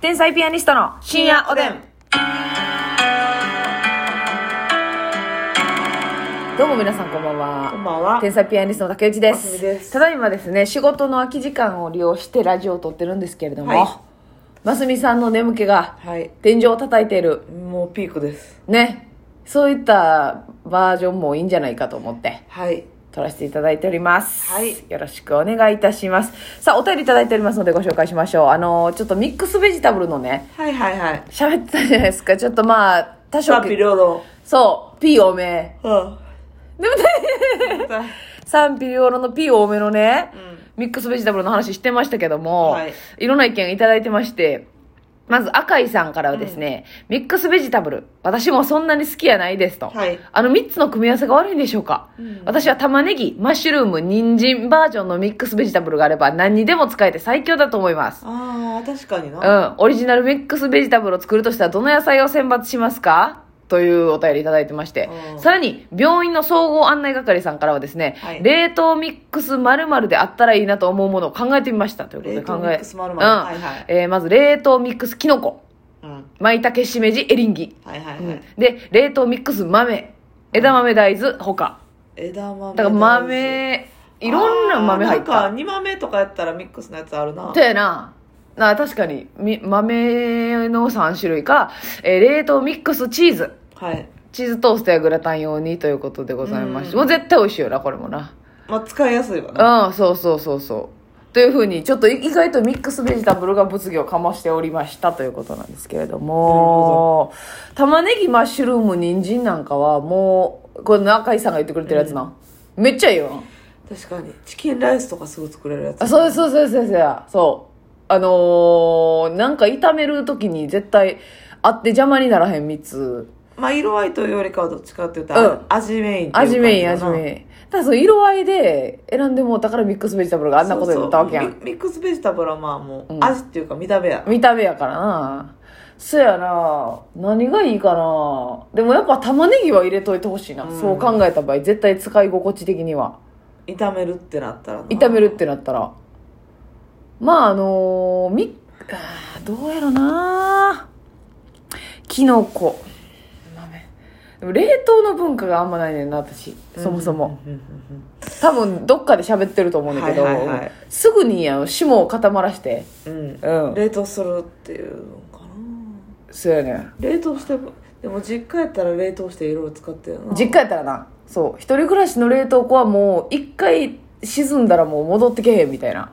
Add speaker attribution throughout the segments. Speaker 1: 天才ピアニストの深夜おでん。どうも皆さんこんばんは。
Speaker 2: こんばんは。
Speaker 1: 天才ピアニストの竹内で
Speaker 2: あす
Speaker 1: す
Speaker 2: みです
Speaker 1: ただいまですね仕事の空き時間を利用してラジオを撮ってるんですけれども、
Speaker 2: はい
Speaker 1: ますみさんの眠気が
Speaker 2: はい。
Speaker 1: 天井を叩いている
Speaker 2: もうピークです。
Speaker 1: ねそういったバージョンもいいんじゃないかと思って
Speaker 2: はい。
Speaker 1: 撮らせていただいております、
Speaker 2: はい
Speaker 1: よろしくお願いいたしますさあお便りいただいておりますのでご紹介しましょうあのちょっとミックスベジタブルのね
Speaker 2: はいはいはい。
Speaker 1: 喋ってたじゃないですかちょっとまあ多少
Speaker 2: サピロロ。
Speaker 1: そうピー多め
Speaker 2: うん。
Speaker 1: でも賛否両論の P 多めのね、ミックスベジタブルの話してましたけども、
Speaker 2: はいい、
Speaker 1: ろんな意見いただいてまして、まず赤井さんからはですね、ミックスベジタブル、私もそんなに好きやないですと。
Speaker 2: はい
Speaker 1: あの3つの組み合わせが悪いんでしょうか、私は玉ねぎ、マッシュルーム、人参バージョンのミックスベジタブルがあれば何にでも使えて最強だと思います。
Speaker 2: ああ、確かに
Speaker 1: う
Speaker 2: な。
Speaker 1: ん、オリジナルミックスベジタブルを作るとしたらどの野菜を選抜しますかというお便りいただいてまして、
Speaker 2: うん
Speaker 1: さらに病院の総合案内係さんからはですね、
Speaker 2: はい
Speaker 1: 冷凍ミックス〇〇であったらいいなと思うものを考えてみましたということで
Speaker 2: 冷
Speaker 1: 考
Speaker 2: 凍
Speaker 1: え
Speaker 2: ミックス丸
Speaker 1: うん
Speaker 2: 々。はいはい。
Speaker 1: えーまず冷凍ミックスキノコ
Speaker 2: うん。
Speaker 1: 舞茸しめじエリンギ、
Speaker 2: はいは
Speaker 1: う
Speaker 2: い
Speaker 1: ん
Speaker 2: はい。
Speaker 1: で冷凍ミックス豆枝豆大豆他
Speaker 2: 枝豆。
Speaker 1: だから豆いろんな豆入っ
Speaker 2: あーな
Speaker 1: た
Speaker 2: んか、煮豆とかやったらミックスのやつあるな
Speaker 1: そ。うやな。なあ確かに、み豆の3種類か、えー冷凍ミックスチーズ。
Speaker 2: はい。
Speaker 1: チーズトーストやグラタン用にということでございまし
Speaker 2: う
Speaker 1: て。もう絶対美味しいよな、これもな。
Speaker 2: まあ、使いやすいわな。
Speaker 1: うん、そうそうそうそう。というふうに、ちょっと意外とミックスベジタブルが物議を醸しておりましたということなんですけれども、玉ねぎ、マッシュルーム、人参なんかはもう、これ中井さんが言ってくれてるやつな。めっちゃいいよな。
Speaker 2: 確かに。チキンライスとかすぐ作れるやつ。
Speaker 1: あそうですそうですそうですそうですそうあのー、なんか炒める時に絶対あって邪魔にならへん蜜
Speaker 2: まあ、色合いというよりかはどっちかって言ったら、
Speaker 1: うん
Speaker 2: 味メインっていう感じ
Speaker 1: 味メイン
Speaker 2: だ
Speaker 1: 味
Speaker 2: な
Speaker 1: メインただその色合いで選んでもうたからミックスベジタブルがあんなことになったわけやん
Speaker 2: そうそうミミックスベジタブルはまあもう、
Speaker 1: うん
Speaker 2: 味っていうか見た目や
Speaker 1: 見た目やからなそやな何がいいかなでもやっぱ玉ねぎは入れといてほしいな、
Speaker 2: うん
Speaker 1: そう考えた場合絶対使い心地的には
Speaker 2: 炒めるってなったらな
Speaker 1: 炒めるってなったらまああのーみあーどうやろなきのこ豆でも冷凍の文化があんまないねんな私そもそも、
Speaker 2: うんうん
Speaker 1: 多分どっかで喋ってると思うんだけど、
Speaker 2: はいはいはい
Speaker 1: すぐにあの霜を固まらして
Speaker 2: うんうん
Speaker 1: う
Speaker 2: うん
Speaker 1: ん
Speaker 2: 冷凍するっていうのかな
Speaker 1: そうやねん
Speaker 2: 冷凍してもでも実家やったら冷凍していろいろ使ってるな
Speaker 1: 実家やったらなそう一人暮らしの冷凍庫はもう一回沈んだらもう戻ってけへんみたいな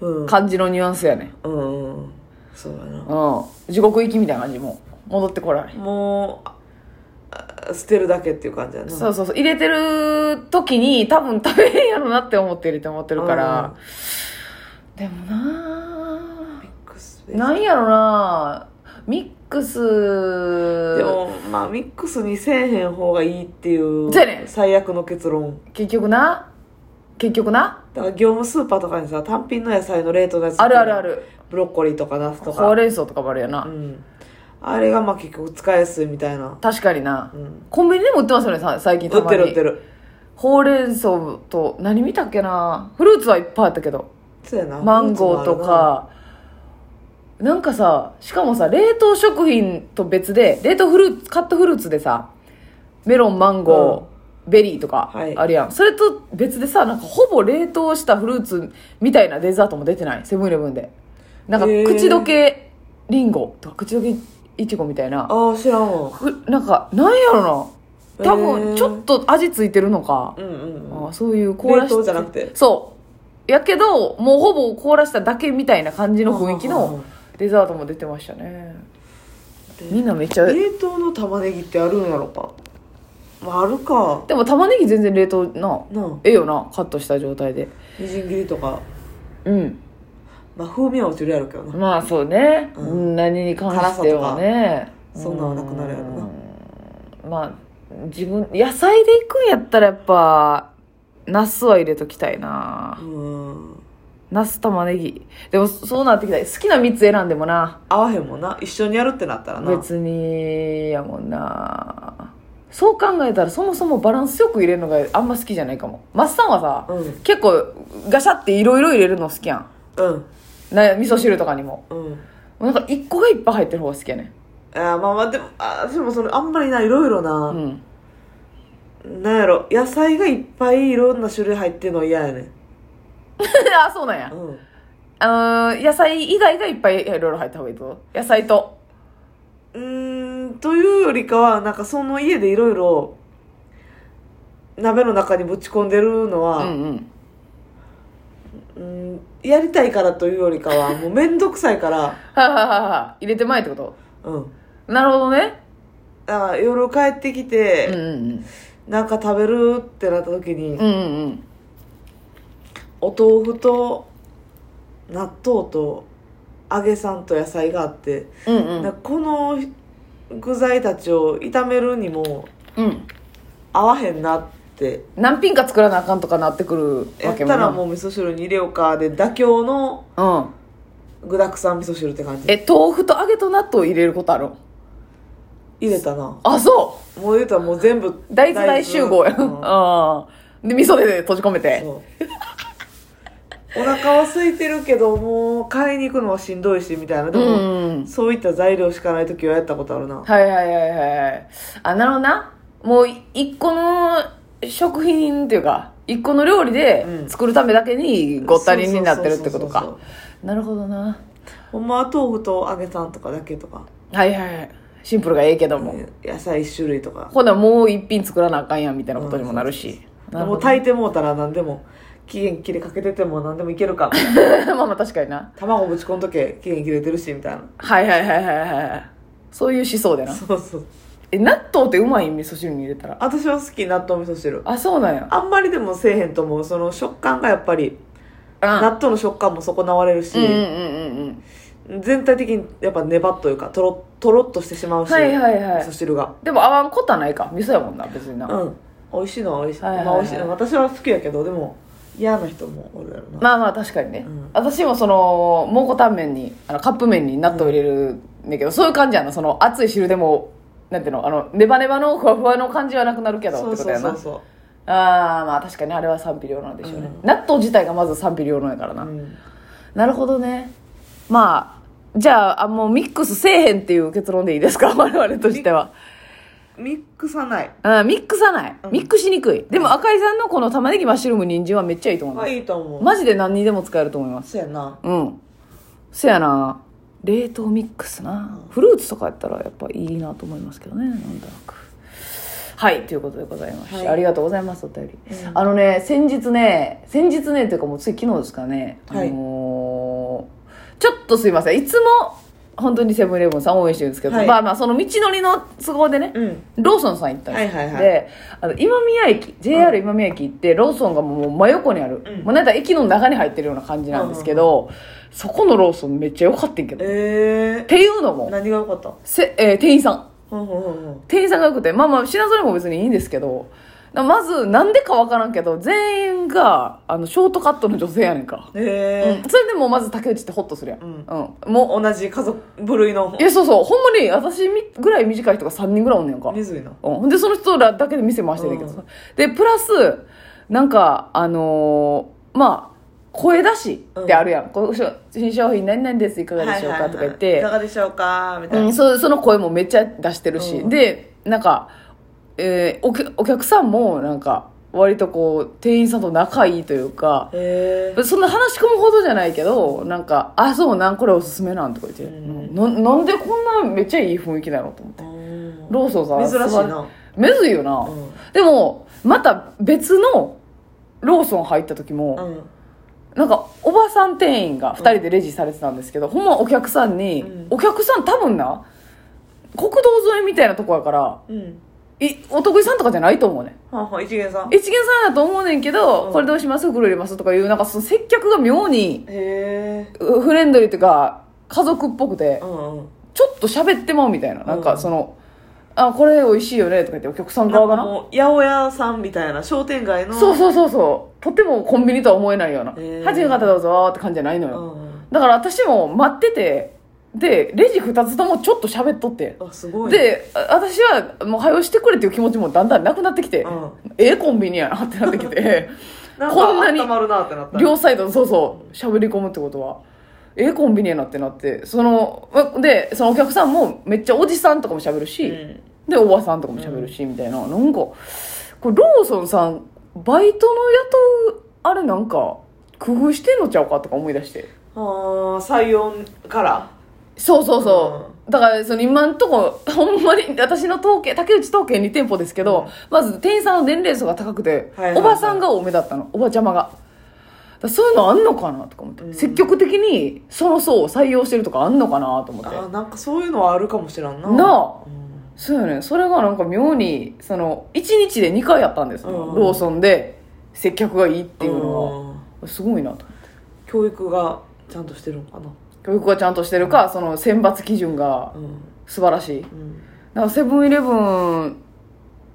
Speaker 2: うん
Speaker 1: 感じのニュアンスやねん
Speaker 2: うんうんそうやな
Speaker 1: うん地獄行きみたいな感じもう戻ってこられへん
Speaker 2: もうあ捨てるだけっていう感じやな
Speaker 1: そうそうそう入れてる時に多分食べへんやろなって思って入れて思ってるから、でもな
Speaker 2: ミックスベ
Speaker 1: ぁ
Speaker 2: ジタ
Speaker 1: なんやろなぁミック
Speaker 2: ブルで
Speaker 1: ス
Speaker 2: もまあミックスにせえへん方がいいっていう
Speaker 1: そうやねん
Speaker 2: 最悪の結論
Speaker 1: 結局な結局な
Speaker 2: だから業務スーパーとかにさ単品の野菜の冷凍のやつ
Speaker 1: あるあるある
Speaker 2: ブロッコリーとかナスと
Speaker 1: ほう
Speaker 2: か
Speaker 1: れん草とかもあるよな、
Speaker 2: うんあれがまあ結局使いやすいみたいな
Speaker 1: 確かにな、
Speaker 2: うん
Speaker 1: コンビニでも売ってますよねさ最近
Speaker 2: 売
Speaker 1: た
Speaker 2: っ
Speaker 1: ま
Speaker 2: て
Speaker 1: に
Speaker 2: る売ってる
Speaker 1: ほうれん草と何見たっけなフルーツはいっぱいあったけど
Speaker 2: そうやな
Speaker 1: マンゴーとかなんかさしかもさ冷凍食品と別で冷凍フルーツカットフルーツでさメロンマンゴー、ベリーとか
Speaker 2: はい
Speaker 1: あるやん、それと別でさなんかほぼ冷凍したフルーツみたいなデザートも出てないセブンイレブンでなんか
Speaker 2: へー
Speaker 1: 口どけリンゴとか口どけいちごみたいな
Speaker 2: ああ知らんわ
Speaker 1: ふなんかなんやろな多
Speaker 2: へ
Speaker 1: 分
Speaker 2: ー
Speaker 1: ちょっと味ついてるのか
Speaker 2: うんうんうん
Speaker 1: あそういう
Speaker 2: 冷凍じゃなくて
Speaker 1: そうやけどもうほぼ凍らしただけみたいな感じの雰囲気
Speaker 2: うんうんう
Speaker 1: の
Speaker 2: ん
Speaker 1: デザートも出てましたねみんなめっちゃ
Speaker 2: 冷凍の玉ねぎってあるんやろかまああるか
Speaker 1: でも玉ねぎ全然冷凍な
Speaker 2: なあ
Speaker 1: ええよなカットした状態で
Speaker 2: みじん切りとか
Speaker 1: うん
Speaker 2: まあ風味は落ちるやろうけどな
Speaker 1: まあそうね、
Speaker 2: うん
Speaker 1: うん何に関してはね
Speaker 2: 辛さとかそんなんはなくなるやろな
Speaker 1: うんまあ自分野菜でいくんやったらやっぱナスは入れときたいな
Speaker 2: うん
Speaker 1: ナス玉ねぎでもそうなってきた好きな3つ選んでもな
Speaker 2: 合わへんもんな一緒にやるってなったらな
Speaker 1: 別にやもんなそう考えたらそもそもバランスよく入れるのがあんま好きじゃないかもマッさんはさ、
Speaker 2: うん
Speaker 1: 結構ガシャっていろいろ入れるの好きやん
Speaker 2: うん
Speaker 1: な味噌汁とかにも
Speaker 2: うん
Speaker 1: うなんか1個がいっぱい入ってる方が好きやね
Speaker 2: あーまあまあでもあーでもそのあんまりないろいろ
Speaker 1: う
Speaker 2: な、
Speaker 1: ん
Speaker 2: なんやろ野菜がいっぱいいろんな種類入ってるの嫌やねん
Speaker 1: あそうなんや
Speaker 2: うん
Speaker 1: あのー野菜以外がいっぱいいろいろ入った方がいいと野菜と
Speaker 2: うーんというよりかはなんかその家でいろいろ鍋の中にぶち込んでるの
Speaker 1: う
Speaker 2: は、
Speaker 1: んうん
Speaker 2: うんやりたいからというよりか はもう面倒くさいから
Speaker 1: はははは入れてまいってこ
Speaker 2: うん
Speaker 1: となるほどね
Speaker 2: だから夜帰ってき
Speaker 1: うんう
Speaker 2: て、
Speaker 1: ん
Speaker 2: なんか食べるってなった時に、
Speaker 1: うんうんうんうん
Speaker 2: お豆腐と納豆と揚げさんと野菜があって、
Speaker 1: うんう
Speaker 2: なん
Speaker 1: ん
Speaker 2: かこの具材たちを炒めるにも
Speaker 1: うん
Speaker 2: 合わへんなって
Speaker 1: 何品か作らなあかんとかなってくる
Speaker 2: や
Speaker 1: わ
Speaker 2: っ
Speaker 1: け
Speaker 2: た
Speaker 1: もな
Speaker 2: らもう味噌汁に入れようかで妥協の
Speaker 1: うん
Speaker 2: 具だくさん味噌汁って感じ
Speaker 1: え豆腐と揚げと納豆入れることある
Speaker 2: 入れたな
Speaker 1: あそう
Speaker 2: もう言うたらもう全部
Speaker 1: 大豆大集合や
Speaker 2: 大豆
Speaker 1: うんで味噌で閉じ込めて
Speaker 2: そうお腹は空いてるけどもう買いに行くのはしんどいしみたいなで
Speaker 1: う
Speaker 2: も、
Speaker 1: んうん
Speaker 2: そういった材料しかない時はやったことあるな
Speaker 1: はいはいはいはいはいあなるほどなもうい一個の食品っていうか一個の料理で
Speaker 2: うん
Speaker 1: 作るためだけにごったりになってるってこと
Speaker 2: そうそう
Speaker 1: か
Speaker 2: そうそう
Speaker 1: なるほどな
Speaker 2: ほんまは豆腐と揚げたんとかだけとか、
Speaker 1: はいはいはいシンプルがええけども、
Speaker 2: 野菜一種類とか
Speaker 1: ほなもう一品作らなあかんやんみたいなことにもなるし、なる
Speaker 2: も
Speaker 1: ほ
Speaker 2: う
Speaker 1: ど
Speaker 2: 炊いてもうたら何でも期限切れかけてても何でもいけるか
Speaker 1: まあまあ確かにな
Speaker 2: 卵ぶち込んとけ期限切れてるしみたいな
Speaker 1: はいはいはいはいはいそういう思想でな
Speaker 2: そうそう
Speaker 1: え納豆ってうまい味噌汁に入れたら
Speaker 2: 私は好き納豆味噌汁
Speaker 1: あそうなんや
Speaker 2: あんまりでもせえへんと思うその食感がやっぱり納豆の食感も損なわれるし、
Speaker 1: うんうんうんうんうん
Speaker 2: 全体的にやっぱネバっというかとろとろっとしてしまうし、
Speaker 1: はいはいはい
Speaker 2: 味噌汁が
Speaker 1: でも合わんことはないか味噌やもんな別にな、
Speaker 2: うん美味しいのは美味しい,、
Speaker 1: はいはいはい
Speaker 2: まあ、美味しいの私は好きやけどでも嫌な人もおるやろな、
Speaker 1: まあまあ確かにね、
Speaker 2: うん
Speaker 1: 私もその蒙古タンメンにあのカップ麺に納豆入れるんだけど、そういう感じやなその熱い汁でもなんていうのあのネバネバのふわふわの感じはなくなるけど
Speaker 2: そ
Speaker 1: っ
Speaker 2: う
Speaker 1: てこ
Speaker 2: そ
Speaker 1: と
Speaker 2: う
Speaker 1: やな
Speaker 2: そうそ
Speaker 1: ああまあ確かにあれは賛否両論でしょうね、
Speaker 2: うん
Speaker 1: 納豆自体がまず賛否両論やからな、
Speaker 2: う、うん、
Speaker 1: なるほどねまあじゃああもうミックスせえへんっていう結論でいいですか 我々としては
Speaker 2: ミックさない
Speaker 1: うん、ミックさない、
Speaker 2: うん
Speaker 1: ミックしにくいでも赤井さんのこの玉ねぎマッシュルーム人参はめっちゃいいと思います、
Speaker 2: はいいいと思う、
Speaker 1: マジで何にでも使えると思います
Speaker 2: そうやな
Speaker 1: うんせやな冷凍ミックスなフルーツとかやったらやっぱいいなと思いますけどねなんとなくはいということでございまして、
Speaker 2: はい
Speaker 1: ありがとうございますお便り、
Speaker 2: うん
Speaker 1: あのね先日ね先日ねというかもうつい昨日ですからね、
Speaker 2: はい
Speaker 1: あのーちょっとすいませんいつも本当にセブンイレブンさん応援してるんですけど、
Speaker 2: はい
Speaker 1: まあまあその道のりの都合でね、
Speaker 2: うん
Speaker 1: ローソンさん行ったんですよ、
Speaker 2: はいはいはい
Speaker 1: であの今宮駅 JR 今宮駅行ってローソンがもう真横にある、
Speaker 2: うん
Speaker 1: もうなんか駅の中に入ってるような感じなんですけど、そこのローソンめっちゃ良かったんやけど、っ
Speaker 2: え
Speaker 1: ていうの
Speaker 2: ー、
Speaker 1: も
Speaker 2: 何が良かった
Speaker 1: せ、えー店員さん
Speaker 2: ほんほんほんほん
Speaker 1: 店員さんがよくてまあまあ品揃えも別にいいんですけどなまずなんでかわからんけど全員があのショートカットの女性やねんか、
Speaker 2: え
Speaker 1: うんそれでもうまず竹内ってホッとするやん、
Speaker 2: うん
Speaker 1: うん、もう
Speaker 2: ー、同じ家族部類の
Speaker 1: いやそうそうほんまに私みぐらい短い人が3人ぐらいおんねんか
Speaker 2: 水井の
Speaker 1: うん、でその人らだけで店回してるけどさ、
Speaker 2: う
Speaker 1: でプラスなんかあのーまあ声出しってあるやん、こうしょ新商品何々ですいかがでしょうかとか言って、
Speaker 2: いかがでしょうかみたいうな、
Speaker 1: ん、そその声もめっちゃ出してるし、
Speaker 2: うん
Speaker 1: でなんか、えーお客お客さんもなんか割とこう店員さんと仲いいというか、
Speaker 2: えー、
Speaker 1: そんな話し込むほどじゃないけどなんか「あそうなんこれおすすめなん」とか言って、
Speaker 2: うん
Speaker 1: ななんでこんなめっちゃいい雰囲気なのと思って
Speaker 2: 珍
Speaker 1: ローソンさん
Speaker 2: しいな、
Speaker 1: めずいよな、
Speaker 2: うん
Speaker 1: でもまた別のローソン入った時も、
Speaker 2: うん
Speaker 1: なんかおばさん店員が2人でレジされてたんですけど、ほんまお客さんに、
Speaker 2: うん
Speaker 1: お客さん多分な国道沿いみたいなとこやから
Speaker 2: うん
Speaker 1: いお得意さんとかじゃないと思うねん
Speaker 2: はんはん一元さんへ
Speaker 1: 一元さんだと思うねんけど、
Speaker 2: うん
Speaker 1: これどうします袋入れますとかいうなんかその接客が妙に
Speaker 2: え
Speaker 1: うフレンドリーというか家族っぽくて、
Speaker 2: うんうん
Speaker 1: ちょっと喋ってまうみたいな、なんかその「あこれ美味しいよね」とか言ってお客さん
Speaker 2: な
Speaker 1: 側
Speaker 2: ん
Speaker 1: が
Speaker 2: か
Speaker 1: な
Speaker 2: もう八百屋さんみたいな商店街の
Speaker 1: そうそうそうそうとてもコンビニとは思えないような「
Speaker 2: へー
Speaker 1: はいよかったどうぞ」って感じじゃないのよ、
Speaker 2: ん
Speaker 1: だから私も待っててでレジ2つともちょっと喋っとって
Speaker 2: あすごいね
Speaker 1: であ私はもう早うしてくれっていう気持ちもだんだんなくなってきて、
Speaker 2: うん
Speaker 1: ええコンビニやなってな ってきて
Speaker 2: なん
Speaker 1: こんなに
Speaker 2: か温まるなってなったね
Speaker 1: 両サイドそうそう喋り込むってことはええコンビニやなってなってそのえでそのお客さんもめっちゃおじさんとかも喋るし、
Speaker 2: うん
Speaker 1: でおばさんとかも喋るし、みたいななんかこれローソンさんバイトの雇うあれなんか工夫してんのちゃうかとか思い出して
Speaker 2: あー採用から
Speaker 1: そうそうそう、だからその今んとこほんまに私の統計竹内統計2店舗ですけど、
Speaker 2: うん
Speaker 1: まず店員さんの年齢層が高くて、
Speaker 2: はいはいはい
Speaker 1: おばさんが多めだったのおばちゃまがだからそういうのあんのかなとか思って、
Speaker 2: うん
Speaker 1: 積極的にその層を採用してるとかあんのかなと思
Speaker 2: あ
Speaker 1: って
Speaker 2: ーなんかそういうのはあるかもしれんな
Speaker 1: なあ
Speaker 2: うん
Speaker 1: そうよねそれがなんか妙にその1日で2回やったんですよ、
Speaker 2: うん
Speaker 1: ローソンで接客がいいっていうの
Speaker 2: ん
Speaker 1: はすごいなと
Speaker 2: 教育がちゃんとしてるのかな
Speaker 1: 教育がちゃんとしてるかその選抜基準が
Speaker 2: うん
Speaker 1: 素晴らしい
Speaker 2: うん
Speaker 1: だからセブンイレブン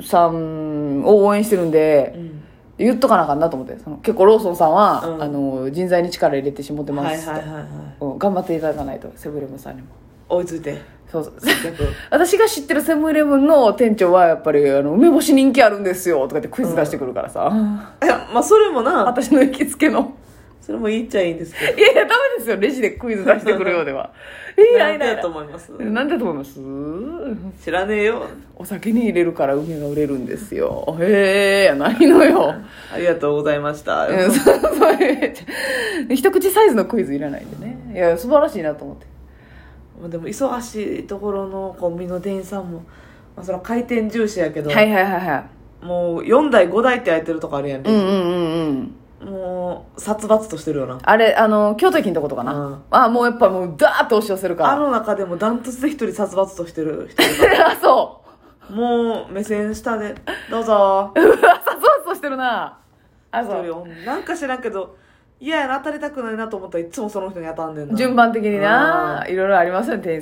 Speaker 1: さんを応援してるんで、
Speaker 2: うん
Speaker 1: 言っとかなあかんなと思ってその結構ローソンさんは、
Speaker 2: うん
Speaker 1: あの人材に力入れてしもてま
Speaker 2: はい
Speaker 1: すと、
Speaker 2: はいはいはい
Speaker 1: うん頑張っていただかないとセブンイレブンさんにも
Speaker 2: 追いついて
Speaker 1: そう そう
Speaker 2: 逆
Speaker 1: 私が知ってるセブンイレブンの店長はやっぱりあの梅干し人気あるんですよとかってクイズ出してくるからさ、
Speaker 2: いやまあそれも な
Speaker 1: 私の行きつけの
Speaker 2: それもいいっちゃいいんですけど
Speaker 1: いやいやダメですよレジでクイズ出してくるようで はいやい
Speaker 2: なん
Speaker 1: や
Speaker 2: で
Speaker 1: い
Speaker 2: や
Speaker 1: や
Speaker 2: と思います
Speaker 1: なんでだと思います
Speaker 2: 知らねえよ
Speaker 1: お酒に入れるから梅が売れるんですよへえやないの よ
Speaker 2: ありがとうございました
Speaker 1: うんそうそういう一口サイズのクイズいらないんでねいや素晴らしいなと思って
Speaker 2: まあでも忙しいところのコンビニの店員さんも、まあ、その回転重視やけど、
Speaker 1: はいはいはいはい
Speaker 2: もう4台5台って空いてるとこあるやん
Speaker 1: うん
Speaker 2: ね、
Speaker 1: うんうんうん
Speaker 2: もう殺伐としてるよな
Speaker 1: あれあの京都駅のとことかな、
Speaker 2: うん
Speaker 1: あもうやっぱもうダーッと押し寄せるか
Speaker 2: あ
Speaker 1: ら
Speaker 2: の中でもダントツで一人殺伐としてる人
Speaker 1: あそう
Speaker 2: もう目線下で「どうぞ
Speaker 1: さそわそしてるなあ」
Speaker 2: 一
Speaker 1: そ
Speaker 2: 人
Speaker 1: う
Speaker 2: おんなんか知らんけど嫌やな当たりたくないなと思ったらいつもその人に当たんねんな
Speaker 1: 順番的にな、いろいろありますよね店員